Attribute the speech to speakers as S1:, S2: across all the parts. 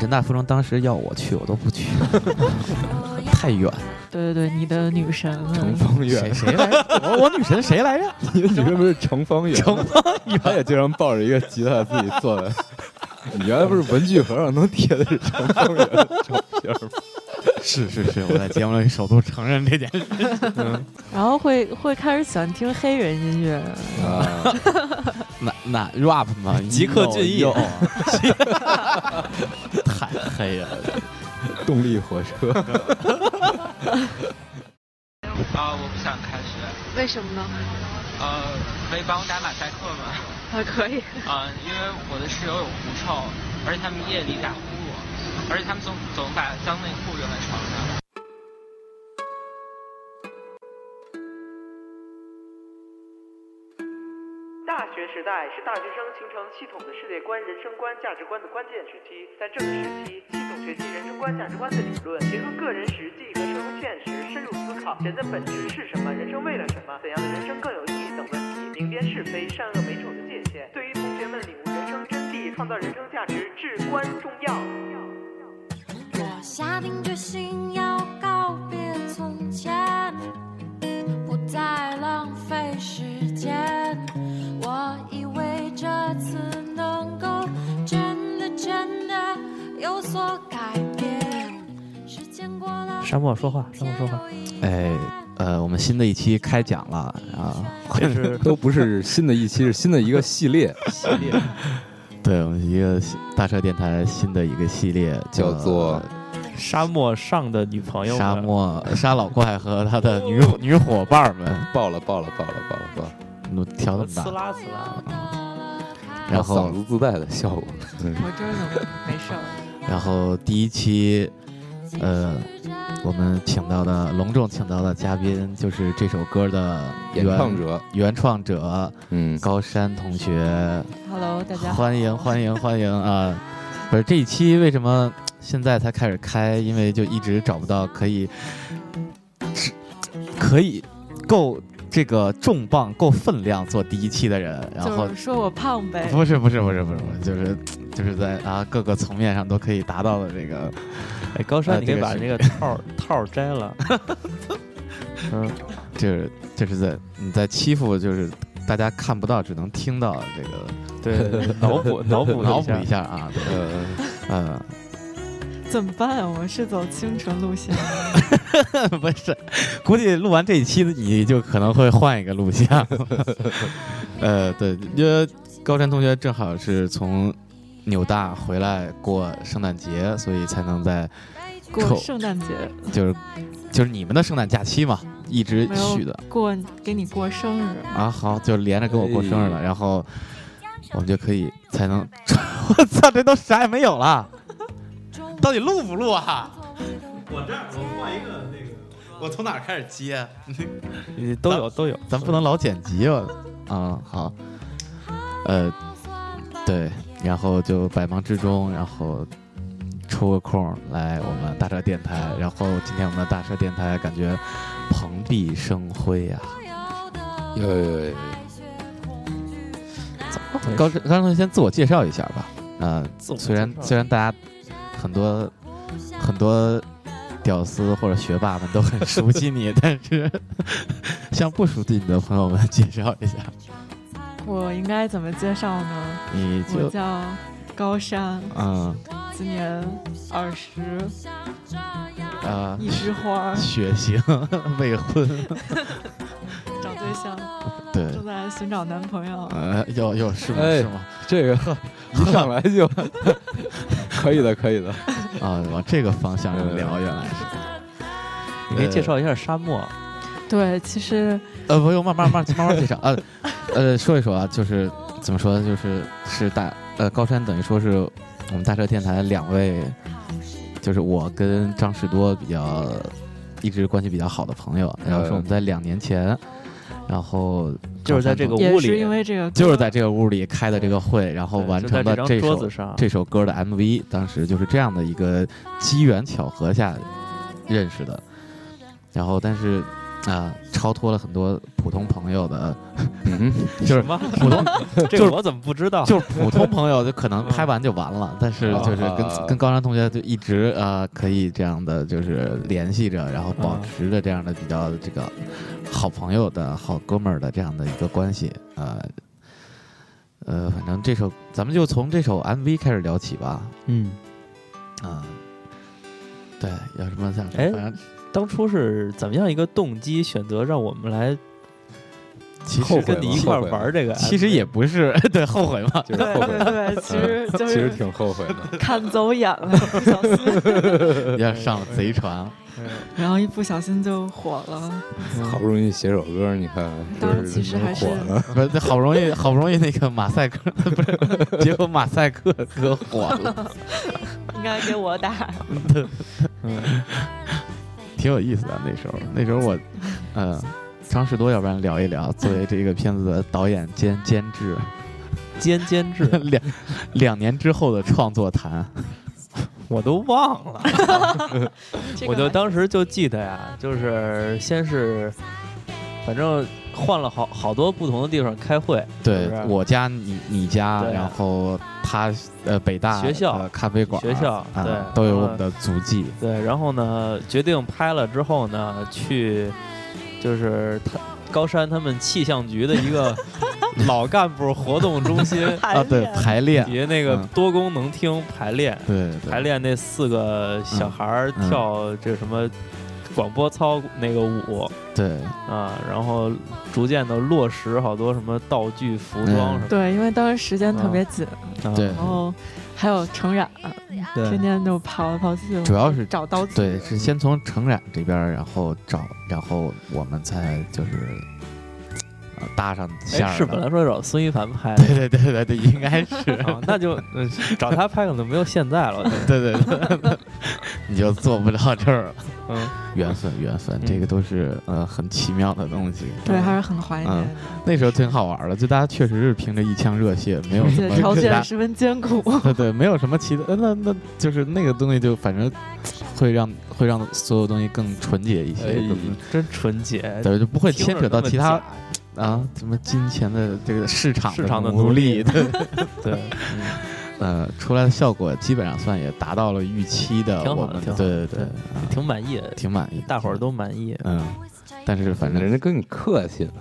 S1: 人大附中当时要我去，我都不去，太远。
S2: 对对对，你的女神了
S3: 程方
S1: 谁
S3: 圆，
S1: 谁来？我我女神谁来着？
S3: 你的女生不是程方圆？
S1: 程
S3: 方圆，他也经常抱着一个吉他自己做的。 你原来不是文具盒上能贴的是程方圆的照片 吗？
S1: 是是是，我在节目里首度承认这件事。
S2: 然后会会开始喜欢听黑人音乐，
S3: 啊，
S1: 那那 rap 嘛，
S4: 极客俊逸
S1: 有， 太黑了。
S3: 动力火车。
S5: 啊，我不想开始。
S6: 为什么呢？
S5: 呃，可以帮我打马赛克吗？
S6: 啊，可以。
S5: 啊、因为我的室友有狐臭，而且他们夜里打呼噜，而且他们总总把脏内裤扔在床上。
S7: 大学时代是大学生形成系统的世界观、人生观、价值观的关键时期。在这个时期，系统学习人生观、价值观的理论，结合个人实际和社会现实，深入思考人的本质是什么，人生为了什么，怎样的人生更有意义等问题，明辨是非、善恶美丑的界限，对于同学们领悟人生真谛、创造人生价值至关重要。
S8: 我下定决心要告别从前，不再浪费时间。我以为这次能够真的真的有所改变。时间过了，
S4: 沙漠说话沙
S2: 啊
S4: 漠说话。
S1: 哎，呃，我们新的一期开讲了
S8: 呃
S1: 啊，
S4: 就是
S3: 都不是新的一期，是新的一个系列，
S4: 系列，
S1: 对我们一个新大车电台新的一个系列
S3: 叫做
S4: 沙漠上的女朋友
S1: 《
S4: 们
S1: 沙漠呃沙老怪和他的女女伙伴们
S3: 爆了爆了爆了爆了爆了，》，
S1: 我调那
S4: 呲
S1: 么
S4: 啦呲啦。
S1: 大啊。然后
S3: 嗓子自带的效果。嗯，
S2: 我真的没事儿。
S1: 然后第一期，呃，我们请到的隆重请到的嘉宾就是这首歌的
S3: 演唱
S1: 原
S3: 者，
S1: 原创者
S3: 嗯，
S1: 高山同学，
S2: Hello，大家好
S1: 欢迎欢迎欢迎啊！不是这一期为什么现在才开始开？因为就一直找不到可以，可以够这个重磅、够分量做第一期的人，然后
S2: 就是说我胖呗，
S1: 不是不是不是不是，不是就是就是在啊各个层面上都可以达到的这个。
S4: 哎，高
S1: 啊
S4: 山，你可
S1: 这
S4: 以
S1: 个
S4: 把
S1: 是
S4: 那个套儿套儿摘了。嗯，
S1: 就是就是在你在欺负，就是大家看不到，只能听到这个
S4: 对，对对脑 补脑补
S1: 脑
S4: 一
S1: 补
S4: 下嗯
S1: 一。下啊，对，
S3: 呃，
S1: 呃，
S2: 怎么办啊？我是走清纯路线，
S1: 嗯 不是，估计录完这一期你就可能会换一个录像， 呃，对，因为高山同学正好是从纽大回来过圣诞节，所以才能在
S2: 过
S1: 扣
S2: 圣诞节，
S1: 就是就是你们的圣诞假期嘛，一直
S2: 没有
S1: 续的
S2: 过给你过生日，
S1: 啊，好，就连着跟我过生日了，
S3: 哎
S1: 然后我们就可以才能， 我操，这都啥也没有了。到底录不录啊？我这我换一个那个，我从哪儿开始接？
S4: 嗯都有都有，
S1: 咱不能老剪辑啊！啊，好，呃，对，然后就百忙之中，然后抽个空来我们大车电台，然后今天我们的大车电台感觉蓬荜生辉啊！
S3: 有有有，
S1: 高高刚才先自我介绍一下吧，啊、
S4: 自我
S1: 虽然
S4: 介绍
S1: 虽然大家很多很多屌丝或者学霸们都很熟悉你，但 是向不熟悉你的朋友们介绍一下，
S2: 我应该怎么介绍呢？
S1: 你就
S2: 我叫高山，
S1: 嗯
S2: 今年二十，
S1: 啊
S2: 一 枝花，
S1: 血型未婚，
S2: 找对象，
S1: 对，
S2: 正在寻找男朋友。
S1: 呃，又又是吗、
S3: 哎
S1: 是吗？
S3: 这个一上来 就可以的，可以的。
S1: 啊，往这个方向上聊，原来是。
S4: 你可以介绍一下沙漠。
S2: 对，其实
S1: 呃，不用，慢慢慢慢慢慢介绍啊。呃，说一说啊，就是怎么说，就是是大呃高山等于说是我们大车电台两位，就是我跟张士多比较一直关系比较好的朋友，然后是我们在两年前，然后
S4: 就是在这个
S1: 高山
S2: 也
S4: 屋
S2: 是
S4: 里
S2: 因，为这个歌，
S1: 就是在这个屋里开的这个会，然后
S4: 对
S1: 完
S4: 就
S1: 成
S4: 在
S1: 了
S4: 这
S1: 这
S4: 张桌
S1: 首
S4: 子上。
S1: 啊这首歌的 MV，当时就是这样的一个机缘巧合下认识的。然后，但是啊、超脱了很多普通朋友的，
S3: 嗯，
S1: 就是
S4: 什么？
S1: 普通
S4: 这
S1: 就是
S4: 个我怎么不知道？
S1: 就是普通朋 友就可能拍完就完了，但是就是
S3: 啊
S1: 跟跟高山同学就一直呃可以这样的就是联系着，然后保持着这样的比较这个好朋友的好哥们儿的这样的一个关系，呃呃，反正这首咱们就从这首 MV 开始聊起吧，
S4: 嗯，
S1: 啊、对，有什么想说？
S4: 哎
S1: 反正
S4: 当初是怎么样一个动机选择让我们来
S1: 其
S3: 后
S1: 实
S3: 悔
S4: 跟你一块儿玩儿这个？
S1: 其实也不是 对后悔嘛，
S3: 就是
S2: 对
S3: 后悔
S2: 对
S3: 的，
S2: 对，其实就
S3: 啊其实
S2: 是
S3: 挺 后悔的。
S2: 看走眼了，不小心，
S1: 有点上了贼船。
S2: 然后一不小心就火了。
S3: 好不容易写首歌，你看，
S2: 当
S3: 就
S2: 然其实还是
S3: 火了。
S1: 不是，好不容易，好不容易那个马赛克， 不是，结果马赛克哥火了，
S2: 应该给我打，
S1: 挺有意思的。那时候，那时候我，呃，张士多，要不然聊一聊，作为这个片子的导演兼监制，
S4: 兼监制，
S1: 两两年之后的创作谈，
S4: 我都忘了。
S2: 这个
S4: 我就当时就记得呀，就是先是，反正换了好好多不同的地方开会，
S1: 对
S4: 是不是
S1: 我家你你家，
S4: 对啊
S1: 然后他呃北大
S4: 学校
S1: 呃咖啡馆
S4: 学校
S1: 啊
S4: 对嗯
S1: 都有我们的足迹，
S4: 对，然后呢，决定拍了之后呢，去就是他高山他们气象局的一 个老干部活动 中心
S1: 啊对排练，
S4: 底下那个
S1: 嗯
S4: 多功能厅排练，
S1: 对对
S4: 排练那四个小孩儿
S1: 嗯嗯
S4: 跳这什么广播操那个舞
S1: 对，
S4: 啊，然后逐渐的落实好多什么道具、服装什么
S2: 对，因为当时时间特别紧，
S4: 的啊。
S1: 嗯对
S2: 然后还有成染，天天就跑来跑去，
S1: 主要是
S2: 找刀子。
S1: 对，是先从成染这边儿，然后找，然后我们才就是呃搭上线
S4: 哎，
S1: 儿
S4: 是本
S1: 的。
S4: 来说找孙一凡拍的，
S1: 对对对对对，应该是，
S4: 啊，那就呃找他拍可能没有现在了。我觉得
S1: 对对对， 你就做不到这儿了。
S4: 嗯，
S1: 缘分，缘分，这个都是呃很奇妙的东西。
S2: 对，还是很怀念
S1: 嗯，那时候挺好玩儿的，就大家确实是凭着一腔热血，没有
S2: 而
S1: 什
S2: 且
S1: 么
S2: 条
S1: 其他
S2: 件十分艰苦。
S1: 对对，没有什么其他，呃那那就是那个东西，就反正会让会让所有东西更纯洁一些，更
S4: 真纯洁，
S1: 对，就不会
S4: 哎听
S1: 牵扯
S4: 着那
S1: 到
S4: 么
S1: 其他
S4: 假
S1: 啊，什么金钱的这个市场
S4: 市场的
S1: 奴
S4: 奴
S1: 隶，
S4: 隶
S1: 对，
S4: 对，
S1: 呃，出来的效果基本上算也达到了预期的，
S4: 挺好的
S1: 我们
S4: 挺好
S1: 对对
S4: 的
S1: 对，啊
S4: 挺满意的，
S1: 挺满意，
S4: 大伙儿都满意。
S1: 嗯，但是反
S3: 人
S1: 正
S3: 家跟你客气了，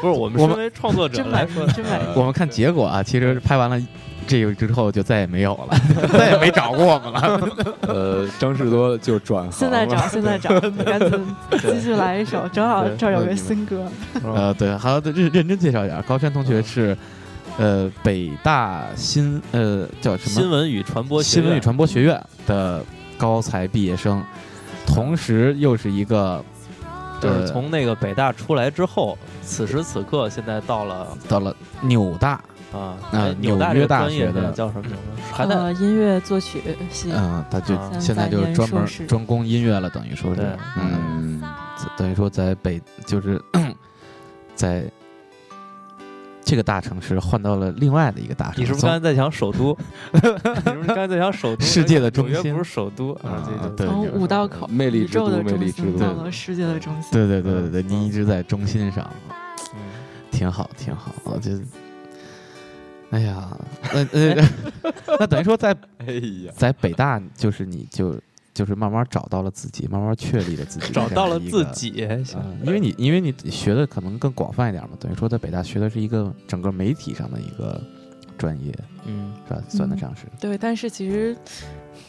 S4: 不是我们
S1: 我
S4: 身
S1: 们
S4: 为创作者
S2: 真
S4: 来
S2: 满
S4: 说
S2: 意，，真满意。
S1: 我们看结果啊，其实拍完了这个之后就再也没有了， 再也没找过我们了。
S3: 呃，张士多就转行
S2: 现在找，
S3: 了，
S2: 现在找， 赶紧继续来一首，正好这儿有个新歌。
S1: 呃，对，还要认认真介绍一下，高山同
S4: 嗯
S1: 学是呃北大新呃叫什么
S4: 新闻与传播学
S1: 新
S4: 院
S1: 闻与传播学院的高才毕业生，同时又是一个呃
S4: 就是从那个北大出来之后，此时此刻现在到了
S1: 到了纽大，
S4: 啊，
S1: 呃
S4: 哎纽大
S1: 纽
S4: 这
S1: 约
S4: 个
S1: 大
S4: 专业
S1: 学的啊
S4: 的叫什么名字？还在
S2: 呃，音乐作曲系，
S1: 嗯、他就
S4: 啊
S1: 现在就是专门
S2: 三年硕士
S1: 专攻音乐了，等于说是
S4: 对，
S1: 嗯，
S3: 嗯，
S1: 等于说在北就是 在这个大城市换到了另外的一个大城市，
S4: 你是不是
S1: 从
S4: 刚才在想首都？你是不是刚才在想首 都？
S1: 世界的中
S4: 纽约
S1: 心
S4: 不是首都
S1: 啊
S4: 啊？这就
S1: 对
S2: 从五道口
S3: 魅力
S2: 宇
S3: 之都
S2: 宙的
S3: 魅
S2: 中
S3: 力之
S2: 心
S3: 都
S2: 到了世界的中心。
S1: 对对对对对，你一直在中心上，
S4: 嗯
S1: 挺好，挺好，我觉得。哎呀，那那那等于说，在
S3: 哎呀，
S1: 在北大，就是你就就是慢慢找到了自己，慢慢确立了自己，
S4: 找到了
S1: 这样一
S4: 自
S1: 个
S4: 己，哎
S1: 嗯因为你因为你学的可能更广泛一点嘛，等于说在北大学的是一个整个媒体上的一个专业，
S4: 嗯，
S1: 是吧？算得上是
S2: 对，但是其实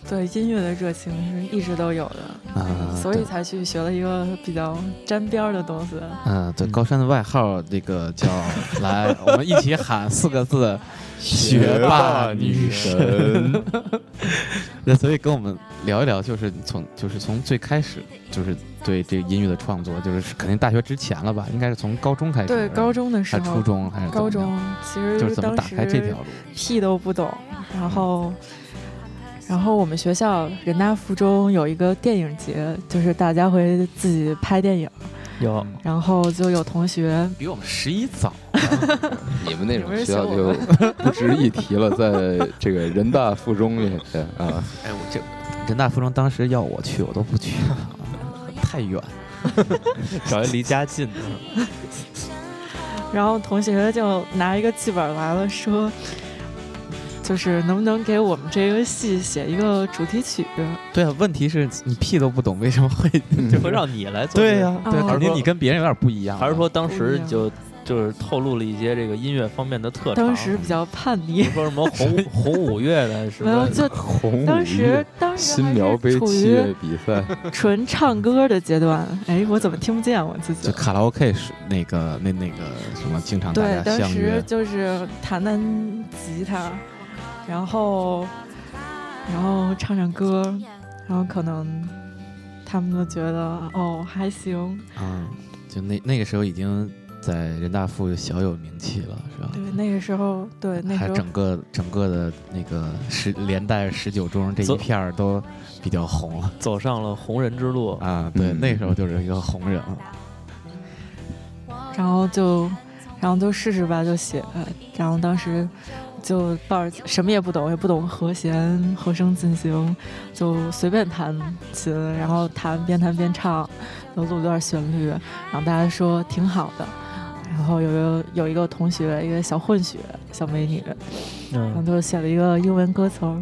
S2: 对音乐的热情是一直都有的，
S1: 啊，
S2: 所以
S1: 对
S2: 才去学了一个比较沾边儿的东西。
S1: 嗯，对，高山的外号这个 叫来，我们一起喊四个字“学霸女神
S3: 神，”。
S1: 那所以跟我们聊一聊，就是从就是从最开始，就是对这个音乐的创作，就是肯定大学之前了吧？应该是从高中开始，
S2: 对，高中的时
S1: 还是
S2: 候，
S1: 初中还是怎么
S2: 高
S1: 样
S2: 中其实
S1: 就是怎么
S2: 当
S1: 打
S2: 时
S1: 开这条路？
S2: 屁都不懂，然后。然后我们学校人大附中有一个电影节，就是大家会自己拍电影，
S4: 有
S2: 然后就有同学
S1: 比我们十一早，
S3: 你们那种学校就不值一提了，在这个人大附中里啊，
S1: 哎，我这人大附中当时要我去，我都不去，太远。
S4: 找一离家近的。
S2: 然后同学就拿一个剧本来了，说，就是能不能给我们这个戏写一个主题曲？
S1: 对啊，问题是你屁都不懂，为什么会
S4: 这会让你来做这个？
S1: 嗯对呀、
S4: 嗯
S1: 对，啊
S2: 哦
S1: 肯定你跟别人有点不一样。啊
S4: 还是说当时你就就是透露了一些这个音乐方面的特长？
S2: 当时比较叛逆，
S4: 说什么红红五月的什
S2: 没有
S4: 么？
S2: 就
S3: 红五
S2: 当时
S3: 月
S2: 当时
S3: 新苗
S2: 还
S3: 杯
S2: 是处
S3: 七
S2: 于
S3: 月比赛，
S2: 纯唱歌的阶段。哎，我怎么听不见我自己
S1: 就？卡拉 OK 是那个那那个什么，经常大
S2: 对
S1: 家，
S2: 当
S1: 相
S2: 时
S1: 约，
S2: 就是弹弹吉他，然后然后唱唱歌，然后可能他们都觉得哦还行，
S1: 嗯，就那那个时候已经在人大附小有名气了，是吧？
S2: 对那个时候对那
S1: 还有
S2: 时候
S1: 整个整个的那个十连带十九中这一
S4: 走
S1: 片儿都比较红了
S4: 走上了红人之路。
S1: 啊，对，
S3: 嗯
S1: 那时候就是一个红人了。
S2: 然后就然后就试试吧，就写，呃然后当时。就抱着什么也不懂，也不懂和弦、和声进行，就随便弹琴，然后弹边弹边唱，就录段旋律，然后大家说挺好的。然后有一个有一个同学，一个小混血小美女，然后
S4: 嗯，
S2: 就写了一个英文歌词儿。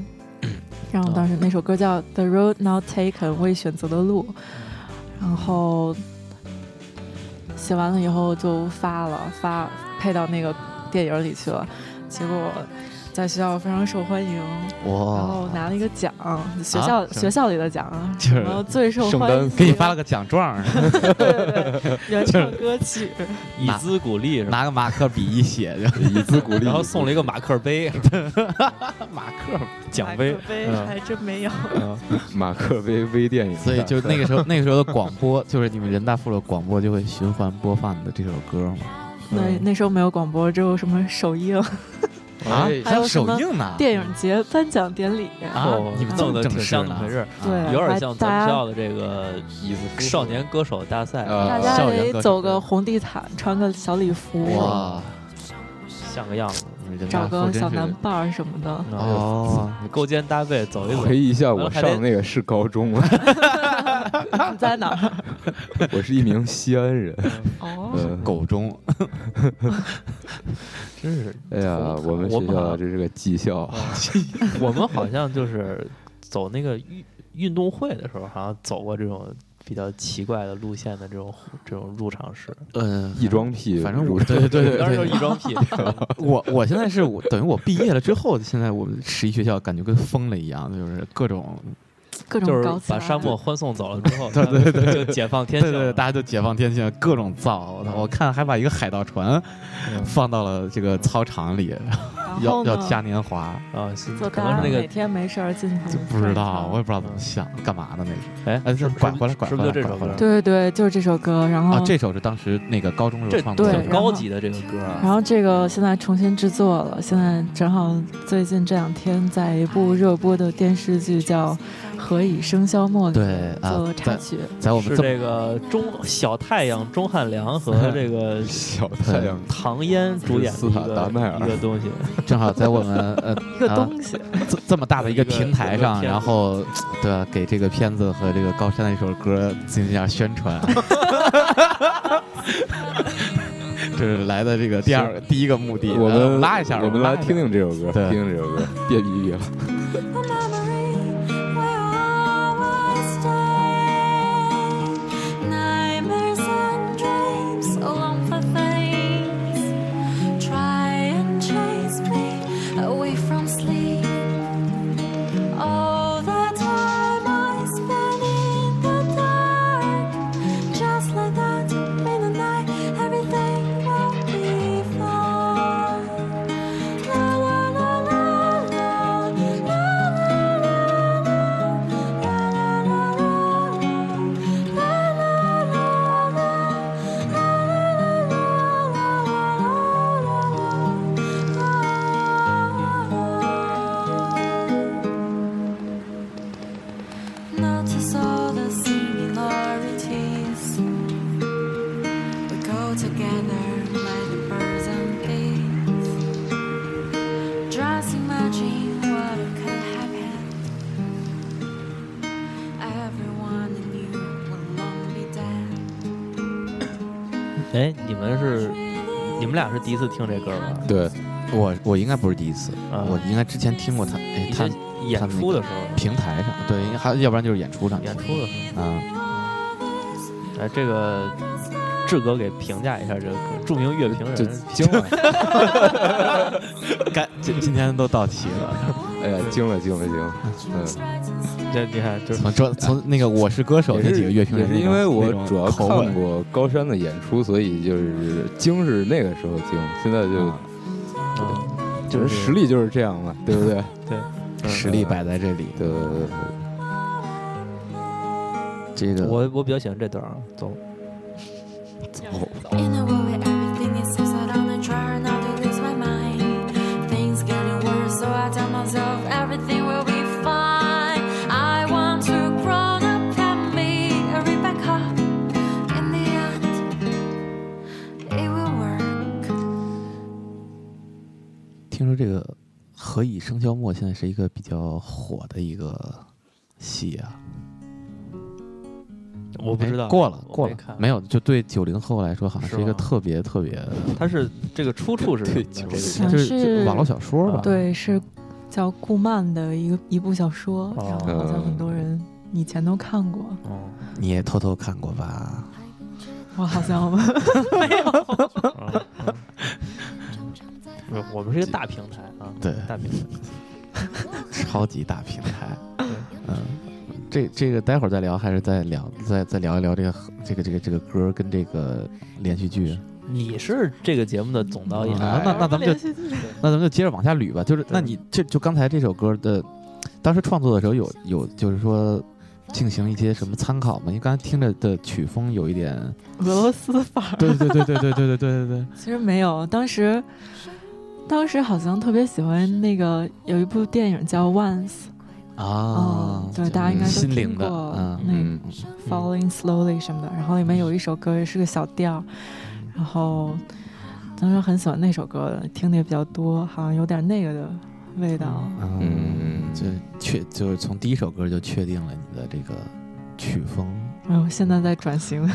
S2: 然后当时那首歌叫《The Road Not Taken》，未选择的路。然后写完了以后就发了，发配到那个电影里去了。结果在学校非常受欢迎，然后
S1: 哇，
S2: 哦拿了一个奖，学校、
S1: 是
S2: 学校里的奖，
S1: 就是
S2: 然后最受
S3: 圣
S2: 欢迎
S3: 诞
S2: 的，
S1: 给你发了个奖状，
S2: 对对对， 原创歌曲。
S4: 以资鼓励是吧？
S1: 拿个马克笔一写就
S3: 以资鼓励。
S4: 然后送了一个马克杯，
S1: 马克，
S4: 奖杯
S2: 马克。杯
S4: 嗯
S2: 还真没有。
S3: 马克杯微电影，
S1: 所以就那个时候那个时候的广播，就是你们人大附的广播就会循环播放你的这首歌嘛。
S2: 那那时候没有广播，只有什么首映、
S3: 哎
S1: 啊，
S2: 还有什
S1: 首
S2: 么
S1: 映呢？
S2: 电影节颁奖典礼。
S1: 啊
S4: 哦，
S1: 你们这
S4: 弄
S1: 么
S4: 得
S1: 正
S4: 挺
S1: 式
S4: 像那啊
S1: 呢
S4: 么回事儿，
S2: 对，
S1: 啊
S4: 有
S2: 还
S4: 点像咱
S2: 大
S4: 们学
S2: 家
S4: 校的这个
S3: 椅子
S4: 少年歌手大赛，
S3: 呃
S2: 大
S1: 校
S2: 家
S1: 园歌
S2: 得
S1: 曲
S2: 走个红地毯，穿个小礼服，
S1: 哇，
S4: 像个样子。
S1: 人大
S2: 找
S1: 附
S2: 个
S1: 真
S2: 小
S1: 是
S2: 男伴儿什么的。
S4: 哦，哎
S1: 哦，
S4: 你勾肩搭背走一走
S3: 回，忆一下，
S4: 完了
S3: 我
S4: 还得
S3: 上那个是高中吗？
S2: 你在哪儿？
S3: 我是一名西安人。
S2: 哦，
S3: 嗯，
S1: 狗中
S4: 真是
S3: 哎呀，我们学
S4: 我们好
S3: 校这是个技校，啊
S4: 我们好像就是走那个运运动会的时候，好像走过这种比较奇怪的路线的这种这种入场式。
S1: 呃
S3: 异装癖，
S1: 反正
S3: 如
S1: 我对对对
S4: 当
S1: 对
S4: 时就
S1: 对
S4: 一，装屁，
S1: 我我现在是我等于我毕业了之后，现在我们十一学校感觉跟疯了一样，就是各种
S2: 各
S4: 就
S2: 种啊
S4: 是
S2: 搞起
S4: 把
S2: 来。
S4: 沙漠欢送走了之后，对对对，就解放天
S1: 对
S4: 性
S1: 对，对
S4: 了。
S1: 大家就解放天性，各种造。我操我看还把一个海盗船
S4: 嗯
S1: 放到了这个操场里，
S2: 然
S1: 要
S2: 后
S1: 要
S2: 呢
S1: 嘉年华，
S4: 啊，是
S2: 就
S4: 可
S2: 大家
S4: 能是那
S2: 每
S4: 个
S2: 天没事儿进去
S1: 就
S2: 转
S1: 不知道，
S2: 场
S1: 我也不知道怎么想，干嘛的那是。
S4: 哎，
S1: 哎，
S4: 是
S1: 这
S4: 不是
S1: 拐回来，拐
S4: 是
S1: 回来，
S4: 不是就这
S1: 拐
S4: 首
S1: 回
S4: 歌
S1: 来？
S2: 对对对，就是这首歌。然后
S1: 啊，这首是当时那个高中时
S4: 这
S1: 候创作
S4: 这
S1: 的
S2: 对
S4: 挺高级的这个歌啊，
S2: 然后这个现在重新制作了，现在正好最近这两天在一部热播的电视剧叫《何以笙箫默》里
S1: 对啊
S2: 做了插
S1: 在
S2: 曲。
S1: 在我
S4: 是
S1: 们这么
S4: 这个钟小太阳钟汉良和这个呃
S3: 小太阳
S1: 嗯
S4: 唐嫣主演的
S3: 斯
S4: 一
S3: 塔达迈
S4: 个
S3: 尔
S4: 一个东西，
S1: 正好在我们呃
S2: 一个
S1: 啊
S2: 东西，
S1: 这这么大的一个
S4: 一个
S1: 平台
S4: 一个
S1: 上，
S4: 片子
S1: 然后对啊，给这个片子和这个高山的一首歌进行一下宣传。这是来的这个第二第一个目的，
S3: 我
S1: 呃
S3: 们
S1: 拉一下，
S3: 我们来听
S1: 听。
S3: 听这首歌，
S1: 对
S3: 听听这首歌，别逼逼了。
S8: A memory where all I stay Nightmares and dreams along for things Try and chase me away from sleep All the time I spend in the dark Just like that in the night everything will be fine La la la la la la la
S4: 哎，你们是你们俩是第一次听这歌吧？
S3: 对，
S1: 我我应该不是第一次，
S4: 啊
S1: 我应该之前听过他，哎，
S4: 一
S1: 他
S4: 些演出的时候，啊
S1: 平台上，对，还要不然就是演出上
S4: 演出的时
S1: 啊，
S4: 候，哎，这个志哥给评价一下这个歌著名乐评
S3: 就
S4: 人，
S3: 惊了，
S1: 该今今天都到齐了，
S3: 哎呀，惊了，惊了，惊了，嗯。
S4: 这你看就是
S1: 从这从那个我是歌手
S3: 也
S1: 那
S3: 是
S1: 几个乐评人
S3: 也
S1: 那
S3: 是
S1: 种，
S3: 因为我
S1: 那种
S3: 主要
S1: 口吻
S3: 看过高山的演出，所以就是惊是那个时候惊，现在就
S1: 啊
S4: 嗯
S3: 就
S4: 就是是
S3: 实力就是这样嘛，对不对？
S4: 嗯
S1: 实力摆在这里，
S3: 对对对对。
S1: 这个
S4: 我我比较喜欢这段啊，走，
S8: In a world where everything is so set on a try not to lose my mind. Things getting worse, so I tell myself everything will be fine. I want to grow up and be a Rebecca. In the end, it will work.
S1: 听说这个《何以笙箫默》现在是一个比较火的一个戏啊，
S4: 我不知道
S1: 哎过了
S4: 我没
S1: 过了
S4: 看，
S1: 没有，就对九零后来说，好像
S4: 是
S1: 是一个
S4: 吗
S1: 特别特别，
S4: 他是这个出处是什么呢？这个
S2: 嗯
S1: 就是是网络小说吧
S4: 啊，
S2: 对，是叫顾漫的一个一部小说，
S4: 哦
S2: 然后好像很多人以前都看过，
S4: 哦
S1: 你也偷偷看过吧？
S2: 我好像
S4: 啊嗯不嗯 是，我们是一个大平台啊，
S1: 对
S4: 大平台。
S1: 超级大平台，嗯，这这个待会儿再聊，还是再聊再再聊一聊这个这个这个这个歌跟这个连续剧？
S4: 你是这个节目的总导演，
S1: 啊那那咱 们就 那咱们就接着往下捋吧，就是那
S4: 对
S1: 你这就刚才这首歌的，当时创作的时候有有就是说进行一些什么参考吗？因为刚才听着的曲风有一点，
S2: 俄罗斯范儿。
S1: 对对对对对对对对对对，
S2: 其实没有，当时当时好像特别喜欢那个有一部电影叫《Once
S1: 啊
S2: 嗯，对大家应该都
S1: 心灵的
S2: 听过
S1: 啊，
S2: 嗯 Falling Slowly》什么的，然后里面有一首歌也是个小调儿，
S1: 嗯
S2: 然后当时很喜欢那首歌的，听的也比较多，好像有点那个的味道。
S1: 嗯
S3: 嗯
S1: 就确就是从第一首歌就确定了你的这个曲 风，
S2: 然后现在在 转型，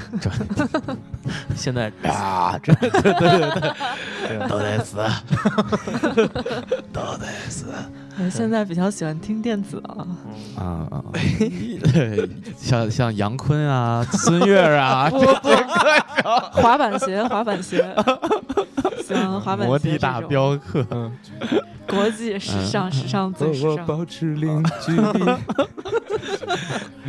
S4: 现在啊，这对对对对，
S1: 都得死，
S2: 现在比较喜欢听电子了。
S1: 啊啊，哎 像像杨坤啊、孙悦 啊，
S2: 不不，滑板 鞋，滑板鞋，喜欢
S4: 嗯
S2: 滑板鞋。
S1: 摩的大，镖客，
S2: 国际时
S4: 嗯
S2: 尚，时尚
S3: 和
S2: 最时
S3: 我
S2: 尚。
S3: 保持零距 离。
S1: 嗯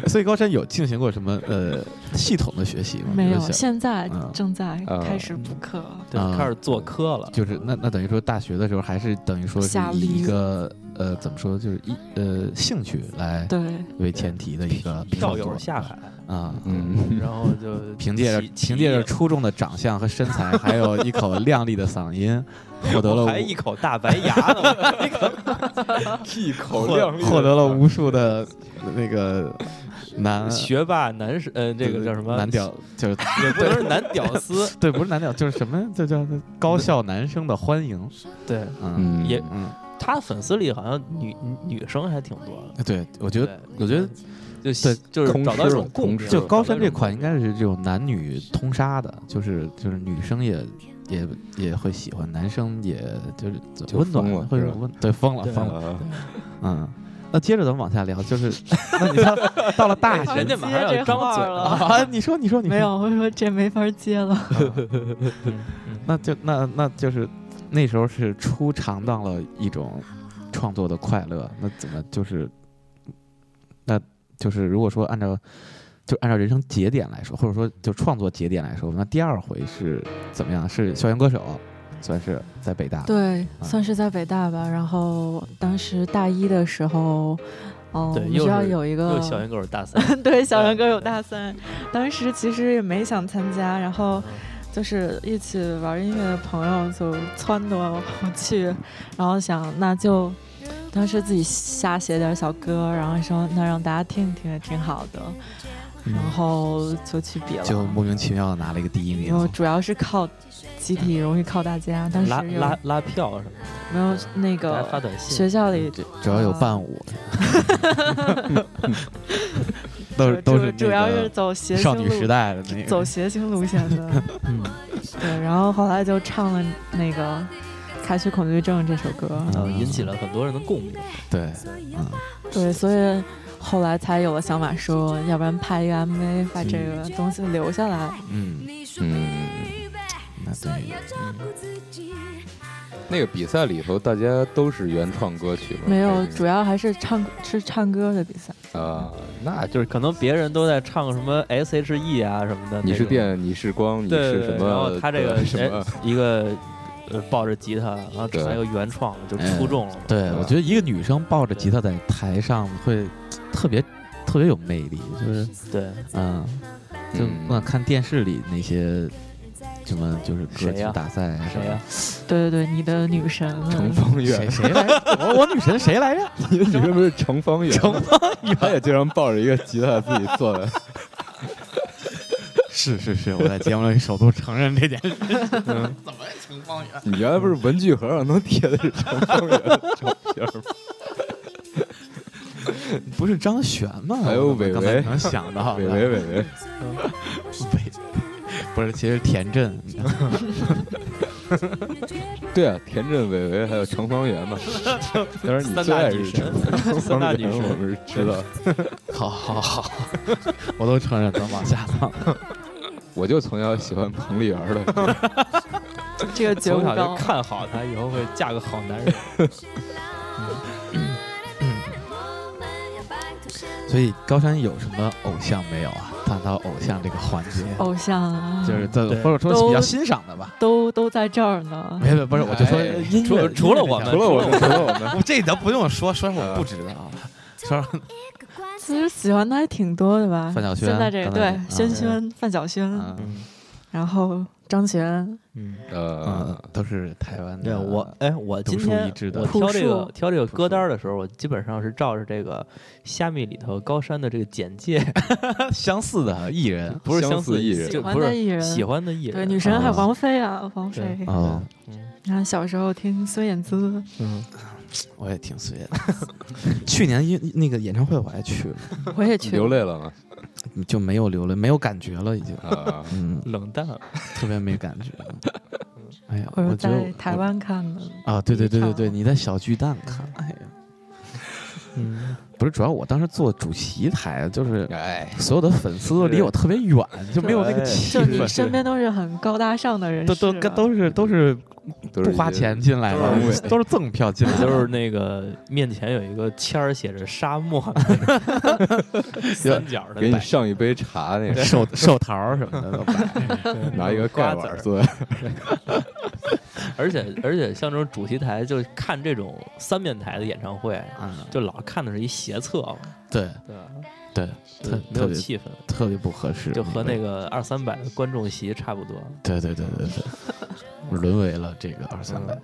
S1: 所以高山有进行过什么呃系统的学习吗？
S2: 没有
S1: 就，是想
S2: 现在
S1: 嗯
S2: 正在
S3: 嗯
S2: 开始补课。
S1: 啊
S4: 对，开始做科了。
S1: 就是那那等于说大学的时候还是等于说是
S2: 下力
S1: 以一个呃怎么说就是一呃兴趣来
S2: 对，
S1: 为前提的一个
S4: 票
S1: 创
S4: 友
S1: 作
S4: 下海，
S1: 啊
S3: 嗯，
S4: 然后就
S1: 凭借着
S4: 起
S1: 凭借着，出众的长相和身材，还有一口亮丽的嗓音，获
S4: 起业
S1: 得了
S4: 我
S1: 无
S4: 还一口大白牙呢，
S3: 一口
S1: 获
S3: 亮丽，
S1: 获得了无数的那个男
S4: 我 学霸男神，呃，这个叫什么？
S1: 男屌，就是
S4: 也不能是男屌 丝，
S1: 对，不是男屌，就是什么就叫高校男生的欢迎，
S4: 对
S1: 嗯
S3: 嗯，
S4: 也
S1: 嗯，
S4: 他粉丝里好像女女生还挺多的。
S1: 啊对，我觉得
S4: 对
S1: 我觉得
S4: 就
S1: 对
S4: 就是
S3: 同
S4: 找到一
S3: 吃
S4: 种共
S3: 同
S4: 识，
S3: 吃
S1: 就
S4: 找
S1: 高
S4: 到
S1: 山
S4: 一
S1: 这
S4: 种
S1: 款
S4: 共
S1: 应该是这种男女通杀的，就是就是女生也也也会喜欢，男生也就是
S3: 就
S1: 温暖
S3: 疯了
S1: 会
S3: 是
S1: 有
S3: 吧
S1: 温对疯了
S4: 对
S1: 疯了，
S3: 啊
S1: 嗯。那接着咱们往下聊，就是那你到到了大
S4: 识。
S1: 学
S4: 人家马上要张嘴了，
S1: 啊，你说你说你说嗯
S2: 没有， 我说这没法接了。
S1: 那就那那就是那时候是初尝到了一种创作的快乐。那怎么就是，那就是如果说按照就按照人生节点来说，或者说就创作节点来说，那第二回是怎么样？是校园歌手，算是在北大。
S2: 对，
S1: 啊
S2: 算是在北大吧。然后当时大一的时候，嗯，我
S4: 对
S2: 们
S4: 又
S2: 学校
S4: 是
S2: 有一个
S4: 又小猿狗是大三，
S2: 对，小杨哥有
S4: 对
S2: 大三，当时其实也没想参加，然
S4: 嗯
S2: 后就是一起玩音乐的朋友就撺掇我去，然后想那就当时自己瞎写点小歌，然后说那让大家听一听也挺好的，
S1: 嗯
S2: 然后就去比了。
S1: 就莫名其妙地拿了一个第一名
S2: 然，后 主要是靠集体，容易靠大家。 当时
S4: 拉
S2: 有
S4: 拉拉票什么
S2: 没有那
S4: 的，还发
S2: 个
S4: 短信，
S2: 学校里
S1: 主要有伴 舞，都
S2: 主
S1: 是都是
S2: 主
S1: 那
S2: 要
S1: 个
S2: 是走谐
S1: 少
S2: 星
S1: 女时
S2: 路
S1: 代的那个
S2: 走谐星路线的。
S1: 嗯
S2: 对，然后后来就唱了那个《开启恐惧症》这首歌，
S4: 呃，引起了很多人的共鸣。
S1: 对，嗯，
S2: 对，所以后来才有了想法说，要不然拍一个 MV，把这个东西留下来。
S1: 嗯嗯，那对，
S3: 那个比赛里头，大家都是原创歌曲吗？
S2: 没有，
S3: 还是
S2: 主要还是唱是唱歌的比赛。
S3: 啊，
S4: 那就是可能别人都在唱什么 S.H.E 啊什么的，
S3: 你是
S4: 那种
S3: 电，你是光，你
S4: 对
S3: 是
S4: 对
S3: 什
S4: 对然后
S3: 么？
S4: 他这个哎
S3: 什么？
S4: 一个呃抱着吉他，然后
S3: 对
S4: 唱一个原创就
S1: 嗯
S4: 出众了嘛。
S1: 对我觉得一个女生抱着吉他在台上会特别特别有魅力，就是
S4: 对，
S1: 嗯，就
S3: 嗯
S1: 我看电视里那些什么就是歌
S4: 谁
S1: 曲
S4: 呀
S1: 大赛啊，
S4: 谁哎呀？
S2: 对对对，你的女神啊
S3: 程方
S1: 谁，
S3: 圆
S1: 谁来着？我我女神谁来着？
S3: 你的女生不是程方圆？
S1: 程
S3: 方圆， 他也经常抱着一个吉他自己做的。
S1: 是是是，我在节目里首度承认这件事。
S3: 你原来不是文具盒上能贴的是程方圆的照片 吗？
S1: 不是张悬吗？
S3: 还有
S1: 我
S3: 伟
S1: 刚才
S3: 伟
S1: 能想到
S3: 伟
S1: 的
S3: 伟伟伟，
S8: 嗯
S1: 不是，其实田震，
S3: 对啊，田震、伟伟还有程方 圆嘛。当然你
S4: 三
S3: 最
S4: 大
S3: 爱
S4: 女
S3: 是
S4: 神
S3: 程程
S4: 三大
S3: 方
S4: 女
S3: 圆，
S4: 神
S3: 我们是知 道。
S1: 好好好， 我都承认了，往下放。
S3: 我就从小喜欢彭丽媛 的，
S2: 这个觉悟
S4: 从小就
S2: 高。
S4: 看好她，以后会嫁个好男人。
S1: 所以高山有什么偶像没有啊？谈到偶像这个环节，
S2: 偶像啊，
S1: 就是在
S4: 对
S1: 或者说是
S2: 都
S1: 比较欣赏的吧。
S2: 都都在这儿呢。
S1: 没有，不是，我就说
S3: 哎
S1: 音乐。
S4: 除除了我们
S1: 音乐这条
S3: 除了我，除了我们，
S1: 我这都不用说，说说我不知道啊。说说
S2: 其实喜欢的还挺多的吧，
S1: 范晓萱
S2: 现在这个
S1: 刚才啊
S2: 对
S1: 那，
S2: 轩
S1: 个
S2: 轩、范晓萱，
S1: 嗯
S2: 然后张悬，
S4: 嗯，
S1: 嗯
S3: 呃，，
S1: 都是台湾
S4: 对
S1: 的。
S4: 我哎，我今
S1: 独树
S4: 天
S1: 呃一帜的
S4: 我挑这
S2: 朴树
S4: 个挑这个歌单的时候，我基本上是照着这个虾米里头高山的这个简介，
S1: 相似的艺人
S4: 不是
S3: 相
S4: 相
S3: 似
S4: 似
S3: 艺人
S4: 人，
S2: 喜
S4: 就
S2: 欢
S4: 不
S2: 的
S4: 是
S2: 艺人
S4: 喜欢的艺人，
S2: 对，女神还
S1: 啊
S2: 有王菲啊，王菲。
S4: 对
S1: 哦，
S4: 嗯
S2: 然后小时候听孙燕姿，
S4: 嗯，
S1: 我也挺随的。 去年音那个演唱会我还去了，
S2: 我也去
S3: 流泪了吗？
S1: 就没有流泪，没有感觉了，已经。
S3: 啊，
S1: 嗯，
S4: 冷淡了，
S1: 特别没感 觉。哎呀，
S2: 我
S1: 我
S2: 是
S1: 觉得
S2: 在
S1: 我
S2: 台湾看的。
S1: 啊，对对对对
S2: 一
S1: 对，
S2: 场
S1: 你在小巨蛋 看，哎呀，
S4: 嗯，
S1: 不是，主要我当时坐主席台， 就是
S3: 哎，
S1: 所有的粉丝都离我特别远，就没有那个气
S2: 就你
S1: 氛，
S2: 身边都是很高大上的人
S1: 都
S2: 士
S1: 都
S2: 了，
S1: 都是都是
S3: 都是
S1: 不花
S3: 一些
S1: 钱进来
S3: 都
S1: 的，
S3: 是对
S1: 都是赠票进来的，
S4: 就是那个面前有一个签儿写着沙漠三角的
S3: 给你
S4: 摆
S3: 上一杯茶那个，
S1: 手手桃儿什么的都摆。
S3: 拿一个盖碗
S4: 瓜子
S3: 做，
S4: 儿，而且而且像这种主席台，就是看这种三面台的演唱会，
S1: 啊，
S4: 就老看的是一斜侧嘛，
S1: 对
S4: 对吧？
S1: 对，
S4: 就
S1: 特
S4: 没
S1: 特
S4: 有
S1: 别
S4: 气氛，
S1: 特别不合适，
S4: 就和那个二三百的观众席差不多。
S1: 对对对对 对，沦为了这个二
S4: 嗯
S1: 三百。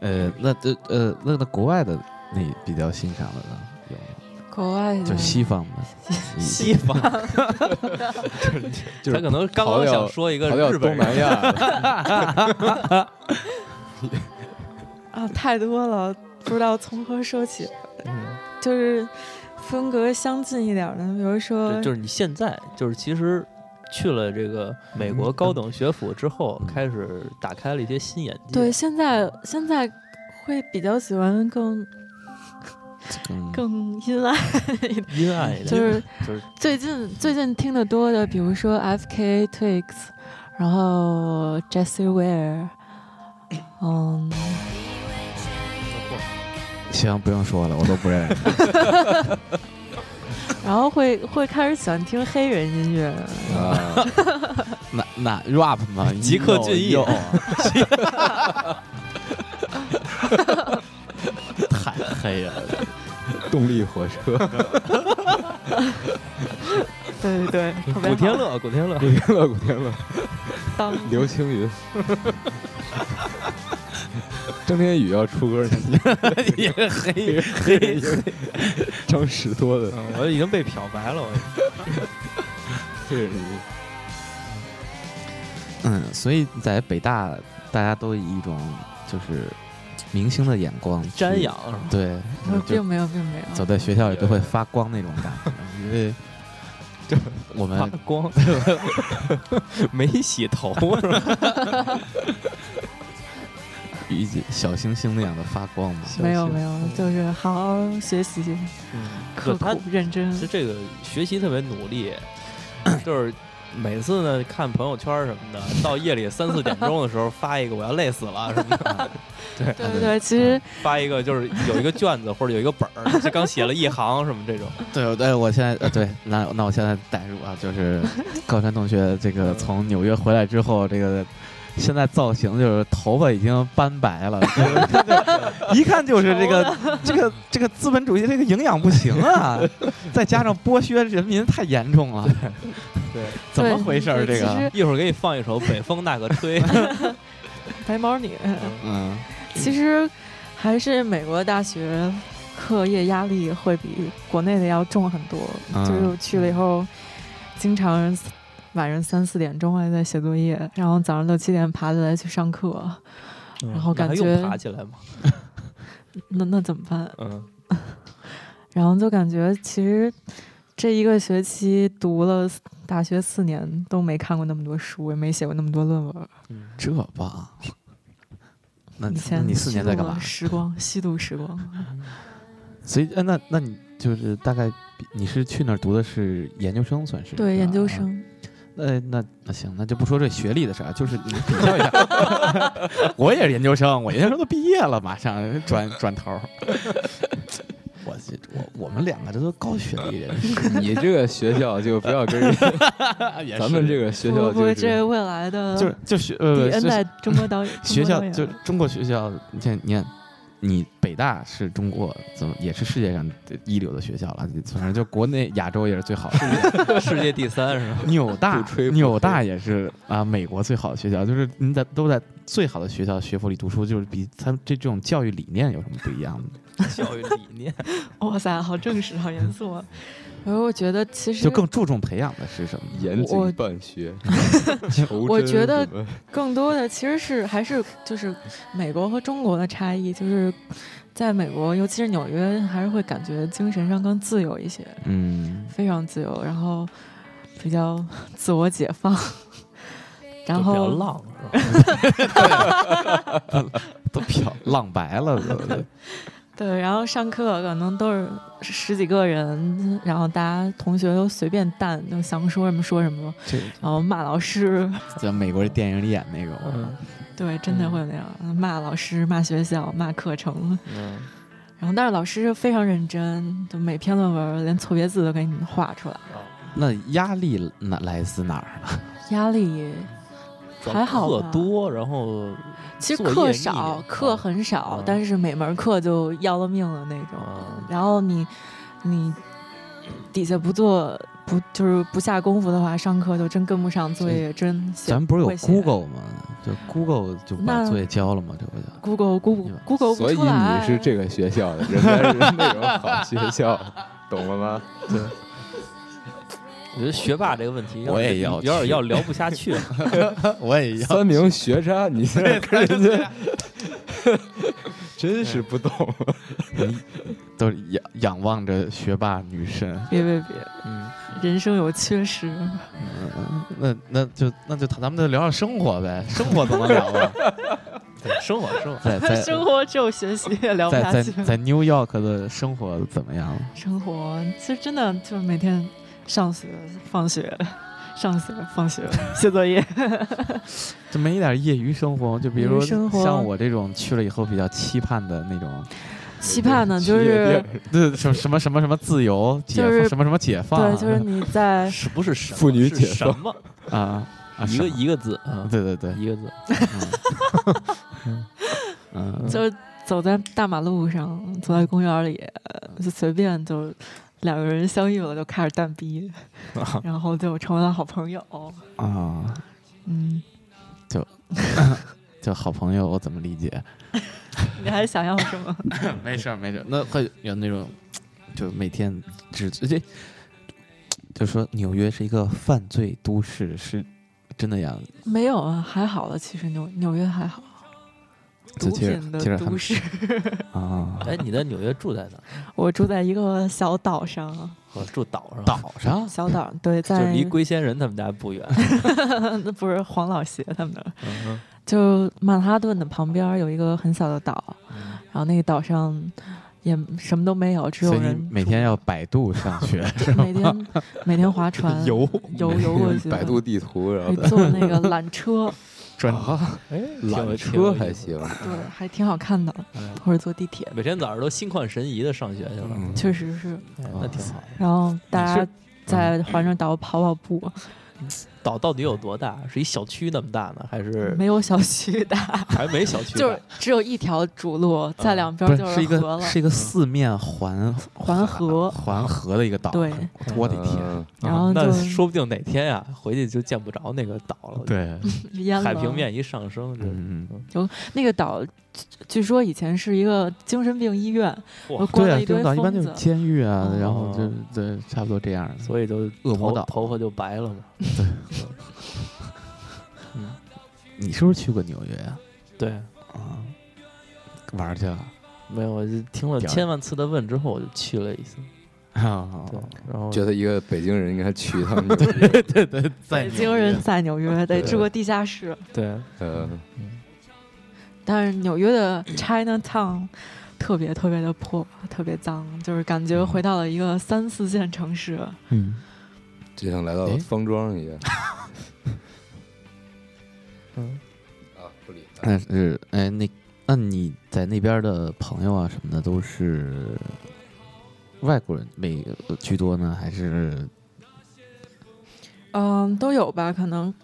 S1: 呃，那这呃，那那国外的你比较欣赏的呢？有吗？
S2: 国外的
S1: 就西方的，
S4: 嗯 西方，
S3: 就是
S4: 他可能刚刚想说一个
S3: 跑到
S4: 日本
S3: 东南
S4: 人，
S3: 亚的，
S2: 啊太多了，不知道从何说起，就是风格相近一点儿的，比如说
S4: 就就是你现在就是其实去了这个美
S3: 嗯
S4: 国高等学府之后，开始打开了一些新眼界。
S2: 对现在现在会比较喜欢更
S1: 嗯，
S2: 更阴暗一点，
S4: 阴暗一点，
S2: 就是
S4: 就是
S2: 最近最近听得多的，比如说 F.K. Twix，然后 Jessie Ware，嗯，
S1: 行，不用说了，我都不认 识。
S2: 然后会会开始喜欢听黑人音乐，
S3: 啊，
S1: 哪哪 rap 吗？
S4: 极客俊逸
S1: 有有 太黑了，
S3: 动力火车，
S2: 对对对，特别
S4: 古天
S2: 好
S4: 乐，古天乐
S3: 古天乐，古天乐，
S2: 当
S3: 刘青 云，郑天宇要出歌，你
S4: 也是黑黑，
S3: 张士多的，
S4: 嗯我已经被漂白了，我
S3: 这是
S1: 嗯，所以在北大，大家都以一种就是明星的眼光去
S4: 瞻仰是吧？
S1: 对，
S2: 呃
S1: 嗯就
S2: 并没有并没
S1: 走
S2: 有，
S1: 在学校里都会发光那种感觉，因为我
S3: 哎
S4: 发
S1: 们
S4: 光，没洗头是吧？
S1: 以及小星星那样的发光嘛。
S2: 没有没有，就是好好学习，刻
S4: 可他
S2: 苦认真。
S4: 是嗯这个学习特别努力，就是每次呢看朋友圈什么的，到夜里三四点钟的时候发一个我要累死了什么的，
S2: 对对对，其
S1: 嗯
S2: 实
S4: 发一个就是有一个卷子或者有一个本儿，这刚写了一行什么这种，
S1: 对对，我现在呃对，那那我现在代入啊，就是高山同学这个从纽约回来之后，这个现在造型就是头发已经斑白了， 就是一看就是这个这个这个资本主义这个营养不行 啊，再加上剥削人民太严重了，
S4: 对，
S1: 怎么
S2: 对
S1: 回事儿？
S2: 对
S1: 这
S2: 其
S1: 个
S2: 实
S4: 一会儿给你放一首《北风那个吹》，
S2: 白毛女，呃
S1: 嗯，
S2: 其实还是美国大学课业压力会比国内的要重很多。
S1: 嗯
S2: 就是去了以后，经常晚上三四点钟还在写作业，然后早上六七点爬起来去上课，然后
S4: 那
S2: 感
S4: 还
S2: 觉
S4: 用爬起来吗？
S2: 那那怎么办？
S4: 嗯，
S2: 然后就感觉其实这一个学期读了大学四年都没看过那么多书，也没写过那么多论文。
S1: 这吧，那
S2: 以
S1: 那
S2: 前
S1: 你四年在干嘛
S2: 虚度了？时光，虚度时光。
S1: 所以，呃那那你就是大概你是去那儿读的是研究生，算是
S2: 对，
S1: 是吧
S2: 研究
S1: 啊
S2: 生。
S1: 那那那行，那就不说这学历的事儿，啊就是你比较一下。 我也是研究生，我研究生都毕业了，马上转转头儿。我这我我们两个这都高学历人士，
S3: 你这个学校就不要跟人，咱们这个学
S2: 不
S3: 校
S2: 不，
S3: 就
S2: 这
S3: 是
S2: 未来的
S1: 啊就是就学
S2: 第
S1: 呃
S2: N
S1: 学
S2: 代中 国导演，
S1: 学
S2: 中国
S1: 校
S2: 导演
S1: 就中国学校，你看你看，你北大是中国怎么也是世界上一流的学校了，反正就国内亚洲也是最好的。
S4: 世界第三是吧？
S1: 纽大
S3: 不吹，不
S1: 纽大也是啊，美国最好的学校，就是您在都在最好的学校学府里读书，就是比他们这这种教育理念有什么不一样的？
S4: 教育理念，
S2: 哇塞，好正式，好严 肃啊。然后我觉得其实
S1: 就更注重培养的是什么？
S3: 严
S2: 我
S3: 谨办学，求
S2: 我
S3: 真
S2: 觉得
S3: 什么
S2: 更多的其实是还是就是美国和中国的差异，就是在美国，尤其是纽约，还是会感觉精神上更自由一些，
S1: 嗯，
S2: 非常自由，然后比较 自我解 放，然
S4: 就比较
S2: 后
S4: 浪是吧？
S1: 都比 较浪白了，都
S2: 对，然后上课可能都是十几个人，然后大家同学都随便淡，就想说什么说什么，
S1: 这
S2: 然后骂老师，
S1: 在美国电影里演那种，
S4: 嗯
S2: 对，真的会有那样、骂老师、骂学校、骂课程。
S4: 嗯，
S2: 然后，但是老师非常认真，就每篇论文连错别字都给你画出来。
S1: 那压力哪来自哪儿呢？
S2: 压力
S4: 主要
S2: 还好
S4: 课
S2: 吧
S4: 多，然后
S2: 其实
S4: 作业
S2: 课
S4: 腻
S2: 少，
S4: 啊
S2: 课很少，
S4: 啊
S2: 但是每门课就要了命了那种。
S4: 啊
S2: 然后你你底下不做不就是不下功夫的话，上课就真跟不上，作业真写
S1: 咱们不是有
S2: 会写
S1: Google 吗？就 Google 就把
S2: 那
S1: 作业交了吗？这不就
S2: Google Google Google
S3: 所
S2: 不
S3: 以
S2: 出来。
S3: 你是这个学校的，人家是那种好学校，懂了吗？
S4: 我觉得学霸这个问题，
S1: 我也要
S4: 有点
S1: 去
S4: 要聊不下去了。
S1: 呃我也要
S3: 三名学渣，你现在跟人家 真是不懂。
S1: 都是仰仰望着学霸女神。
S2: 别别别，
S4: 嗯，
S2: 人生有缺失。
S1: 嗯那那就那就咱们就聊聊生活呗，生活怎么聊啊？
S4: 对，生活生活。
S1: 在在
S2: 生活只有学习也聊不下
S1: 在在
S2: 去。
S1: 在 New York 的生活怎么样？
S2: 生活其实真的就是每天上学、放学、上学、放学、写作业。
S1: 就没一点业余生活？就比如
S2: 业余生活
S1: 像我这种去了以后比较期盼的那种，
S2: 期盼呢，就
S3: 去夜
S2: 是
S3: 店
S1: 对什么什么什么什么自由解放、
S2: 就是
S1: 什么什么解放啊，
S2: 对，就是你 在
S4: 是不是什么
S3: 妇女
S4: 是
S3: 解
S4: 什
S3: 放
S4: 么？
S1: 啊啊
S4: 一个
S1: 什么
S4: 一个字啊，
S1: 对对对，
S4: 一个字。
S1: 嗯，
S2: 就是走在大马路上，走在公园里，就随便就两个人相遇了，就开始蛋逼，然后就成为了好朋友。
S1: 啊，
S2: 嗯，
S1: 就好朋友我怎么理解？
S2: 你还想要什 么？
S1: 没事儿，没事儿。那会有那种，就每天只这，就说纽约是一个犯罪都市，是真的呀？
S2: 没有啊，还好了。其实纽纽约还好，
S1: 就
S2: 毒
S1: 其实
S2: 品的
S1: 其实还
S2: 都市。
S1: 啊，
S4: 哎，你在纽约住在哪儿？
S2: 我住在一个小岛上，
S4: 我住岛上，
S1: 岛上
S2: 小岛对，
S4: 就
S2: 在
S4: 离龟仙人他们家不远。
S2: 那 不是黄老邪他们那儿，
S4: 嗯
S2: 就曼哈顿的旁边有一个很小的岛，
S1: 嗯
S4: 哼
S2: 然后那个岛上也什么都没有，只有
S1: 所以你
S2: 人
S1: 每
S2: 住
S1: 天要百度上学，
S2: 每天每天划船
S1: 游
S2: 游呃游过去，
S3: 嗯百度地图，然后
S2: 还坐那个缆车，
S1: 转
S2: 哦
S4: 哎，挺有
S3: 缆
S4: 挺
S3: 车
S4: 有意思
S3: 还行，
S2: 对，还挺好看的
S4: 嗯，
S2: 或者坐地铁，
S4: 每天早上都心旷神怡的上学去了，
S3: 嗯
S2: 确实是。
S4: 哎
S1: 啊
S4: 那挺好。
S2: 然后大
S1: 你
S2: 家在环着岛跑跑步，
S4: 岛到底有多大？是一小区那么大呢，还是
S2: 没有小区大，
S4: 还没小 区大？
S2: 就是只有一条主路，在两
S1: 不
S2: 边
S1: 是
S2: 就是
S1: 一
S2: 河
S1: 个
S2: 了
S1: 是。一个四面环
S2: 环河
S1: 环河的一个岛，
S2: 对，
S1: 我的天，
S3: 嗯，
S2: 然后
S4: 那
S2: 就
S4: 说不定哪天呀、回去就见不着那个岛了。，
S1: 对，
S2: 淹了。
S4: 海平面一上升，就
S1: 嗯，
S2: 那个岛，据据说以前是一个精神病医院，
S4: 哇
S1: 对
S2: 我关
S1: 啊，
S2: 了一
S1: 这
S2: 堆
S1: 种岛一般
S2: 疯
S1: 就是
S2: 子。
S1: 监狱啊，
S2: 哦
S1: 然后就对，差不多这样的。
S4: 所以就
S1: 恶魔
S4: 头
S1: 岛
S4: 头发就白了嘛。
S1: 你是不是去过纽约啊？
S4: 对，
S1: 啊，玩儿去了
S4: 没有，我就听了
S1: 点儿
S4: 千万次的问之后，我就去了一次。
S1: 哦
S4: 对，然后
S3: 觉得一个北京人应该去他们
S1: 对对，在
S2: 北京人在纽约得
S3: 对
S2: 住过地下室，
S4: 对，
S3: 呃，
S2: 但是纽约的 Chinatown 特别特别的破，特别脏，就是感觉回到了一个三四线城市。
S1: 嗯，
S3: 就像来到了
S1: 哎
S3: 方庄一样。
S4: 嗯
S3: 啊，不理他。
S1: 那是哎，那那你在那边的朋友啊什么的都是外国人为居多呢，还是
S2: 嗯，都有吧，可能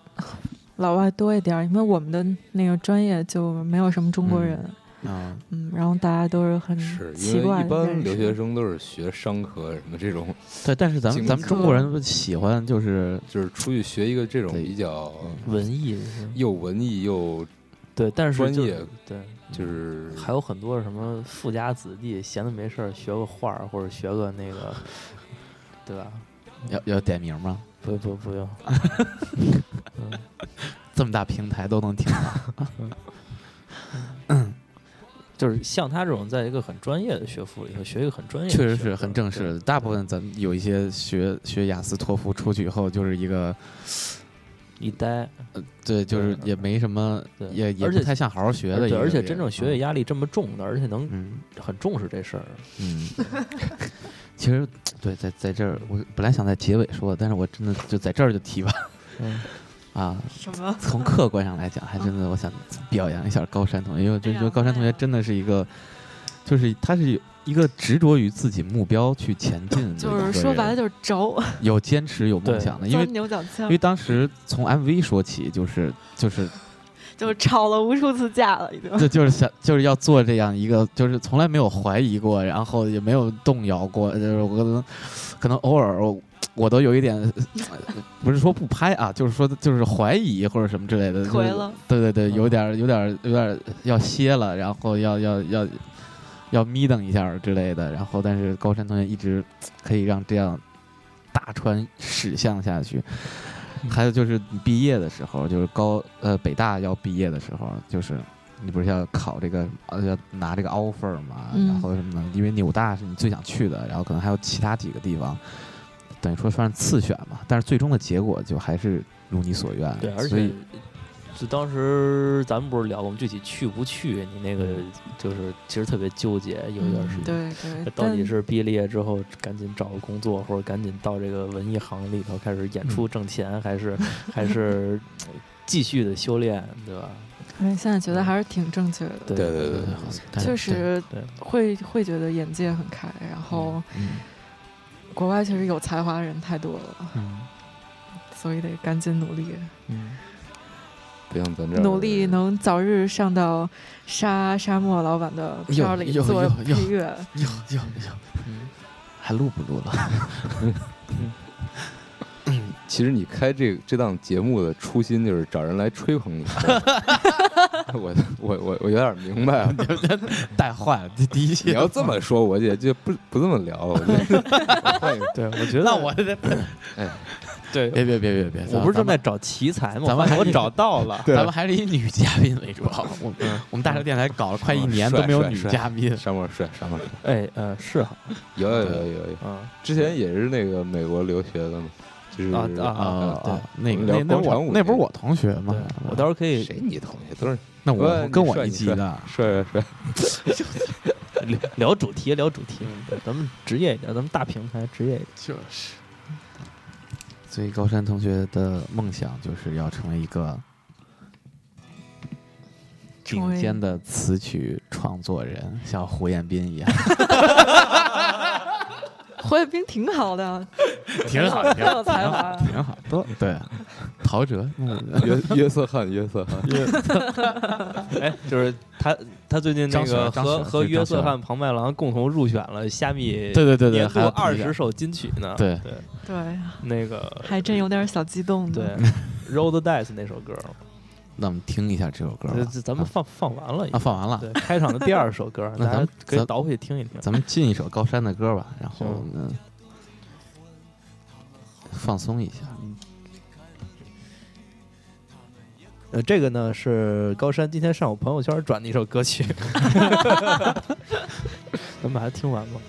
S2: 老外多一点儿，因为我们的那个专业就没有什么中国人。嗯
S1: 啊？
S2: 然后大家都是很
S3: 是
S2: 嗯奇
S3: 因为
S2: 怪
S3: 一
S2: 的
S3: 般
S2: 认
S3: 留
S2: 识
S3: 学生都是学商科什么这种，
S1: 对，但是咱们
S3: 精
S1: 咱们中
S2: 致
S1: 国
S4: 啊
S1: 人不喜欢就是
S3: 就是出去学一个这种
S1: 对
S3: 比较
S4: 文艺是吧
S3: 又文艺又
S4: 对，但是
S3: 专
S4: 就
S3: 业
S4: 对，
S3: 就是
S4: 还有很多什么富家子弟闲的没事儿学个画儿或者学个那个，对吧？
S1: 要要点名吗？
S4: 不不不用，
S1: 这么大平台都能听到，
S4: 就是像他这种在一个很专业的学府里头学一个很专业的
S1: 确
S4: 学科，
S1: 实是很正式的。大部分咱们有一些学学雅思、托福出去以后，就是一个
S4: 对，一呆
S1: 对，就是
S4: 对
S1: 也没什么，
S4: 对
S1: 也也
S4: 而
S1: 不
S4: 且
S1: 太像好好学的一
S4: 对，
S1: 个。嗯
S4: 而且真正学业
S1: 业，
S4: 压力这么重的，而且能
S1: 嗯
S4: 很重视这事儿，
S1: 嗯。 其实，对，在在这儿，我本来想在结尾说，但是我真的就在这儿就提吧。
S4: 嗯
S1: 啊，
S2: 什么？
S1: 从客观上来讲，还真的我想表扬一下高山同学，因为我
S2: 哎
S1: 真觉得高山同
S2: 啊
S1: 学真的是一个，就是他是有一个执着于自己目标去前进的，
S2: 就是说白了就是轴，
S1: 有坚持、有梦
S4: 对
S1: 想的，因为
S2: 钻牛角尖
S1: 因
S2: 儿
S1: 为，当时从 MV 说起，就是就是
S2: 就是吵了无数次架了，已经。
S1: 这就是想就是要做这样一个，就是从来没有怀疑过，然后也没有动摇过，就是我可能可能偶尔我我都有一点， 呃不是说不拍啊，就是说就是怀疑或者什么之类的，就是
S2: 颓了。
S1: 对对
S4: 嗯
S1: 对，有点儿有点儿有点儿要歇了，然后要要要要眯瞪一下儿之类的，然后但是高山同学一直可以让这样大川驶向下去。
S4: 嗯
S1: 还有就是你毕业的时候，就是高呃北大要毕业的时候，就是你不是要考这个呃要拿这个 offer 嘛，
S2: 嗯
S1: 然后什么的，因为纽大是你最想去的，然后可能还有其他几个地方，等于说算是次选嘛，但是最终的结果就还是如你所愿，
S4: 对，而
S1: 所
S4: 且
S1: 以。
S4: 就当时咱们不是聊过吗？具体去不去？你那个
S1: 嗯
S4: 就是其实特别纠结，有一段时间。
S2: 对嗯对，
S4: 到底
S2: 但
S4: 是毕了业之后赶紧找个工作，或者赶紧到这个文艺行里头开始演
S1: 嗯
S4: 出挣钱，还是还是继续的修炼，对吧？
S2: 哎现在觉得还是挺正确的，
S4: 对
S3: 对对对，
S1: 但
S2: 确
S1: 对
S2: 实
S4: 对
S2: 会会觉得眼界很开，然后
S1: 嗯
S2: 国外确实有才华的人太多了，
S4: 嗯
S2: 所以得赶紧努力，
S4: 嗯，
S3: 不像咱这儿
S2: 努力能早日上到沙沙漠老板的片儿里
S1: 哟哟
S2: 做
S1: 哟哟
S2: 配乐。
S1: 哟哟哟，嗯还录不录了？
S3: 其实你开这这档节目的初心就是找人来吹捧你。我我我我有点明白了，
S1: 带坏了，这第一期
S3: 你要 这么说，我也就不不这么聊了。我觉得我换一个，
S4: 对，我觉得
S1: 那我得
S3: 哎，
S4: 对，
S1: 别别别别别，
S4: 我不是
S1: 咱
S4: 正在
S1: 们
S4: 找奇才吗？
S1: 咱们
S4: 发现我
S1: 还
S4: 找到了，
S3: 对
S1: 咱们还是以女嘉宾为主，好吧？我们
S4: 嗯
S1: 我们大蛇电台搞了快一
S3: 嗯
S1: 年
S3: 帅
S1: 都没有
S3: 帅
S1: 女
S3: 帅
S1: 嘉宾，
S3: 沙漠帅，沙漠帅，
S4: 哎呃是哈，
S3: 有有有有有，
S4: 嗯
S3: 之前也是那个美国留学的嘛，就是
S4: 啊啊
S1: 啊
S4: 对
S1: 啊，那个
S3: 我们聊
S1: 那那
S3: 广场
S1: 我
S3: 舞
S1: 那不是
S3: 那个
S1: 我同学吗
S4: 对？我到时候可以
S3: 谁你同学都是
S1: 那我
S3: 呃
S1: 跟
S3: 你
S1: 我
S3: 帅
S1: 一
S3: 你
S1: 级
S3: 帅
S1: 的，
S3: 帅帅帅，
S4: 聊聊主题，聊主题，对咱们职业一点，咱们大平台职业一点。
S1: 就是。所以高山同学的梦想就是要成为一个
S2: 成
S1: 顶
S2: 为
S1: 尖的词曲创作人，像胡彦斌一样，
S2: 胡彦斌挺 好的，
S1: 挺好，
S2: 很有才华。
S1: 挺好，多对。陶喆， 嗯
S3: 约约瑟翰约瑟翰，
S4: 哎，就是他，他最近那
S1: 张学
S4: 个
S1: 良张学
S4: 和
S1: 良
S4: 和
S1: 对
S4: 约
S1: 张学
S4: 瑟
S1: 良
S4: 翰庞麦郎共同入选了虾米
S1: 对对对对，
S4: 年
S1: 还
S4: 度
S1: 有
S4: 二
S1: 提一下
S4: 十首金曲呢。
S1: 对
S4: 对，
S2: 对，
S4: 那个
S2: 还真有点小激动。
S4: 对，《Roll the Dice》那首歌，
S1: 那我们听一下这首歌吧
S4: 这这咱们放放完了已
S1: 啊，
S4: 经。
S1: 放完了，
S4: 对，开场的第二首 歌，
S1: 那
S4: 大
S1: 咱
S4: 家
S1: 们
S4: 可以
S1: 咱
S4: 倒回去听一听。
S1: 咱们进一首高山的歌吧，然后
S4: 行
S1: 嗯，放松一下。
S4: 嗯呃，这个呢是高山今天上午朋友圈转的一首歌曲， 咱们把它听完吧。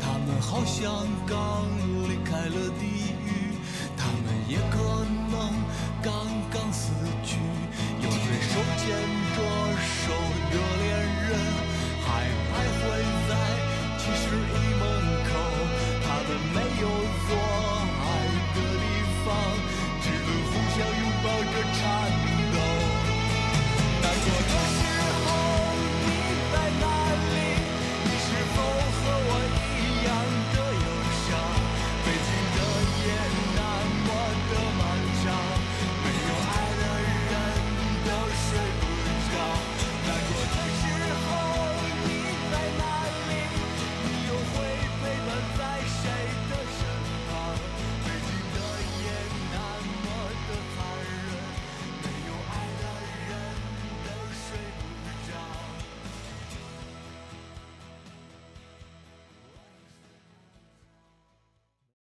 S6: 他们好像刚离开了地狱，他们也可能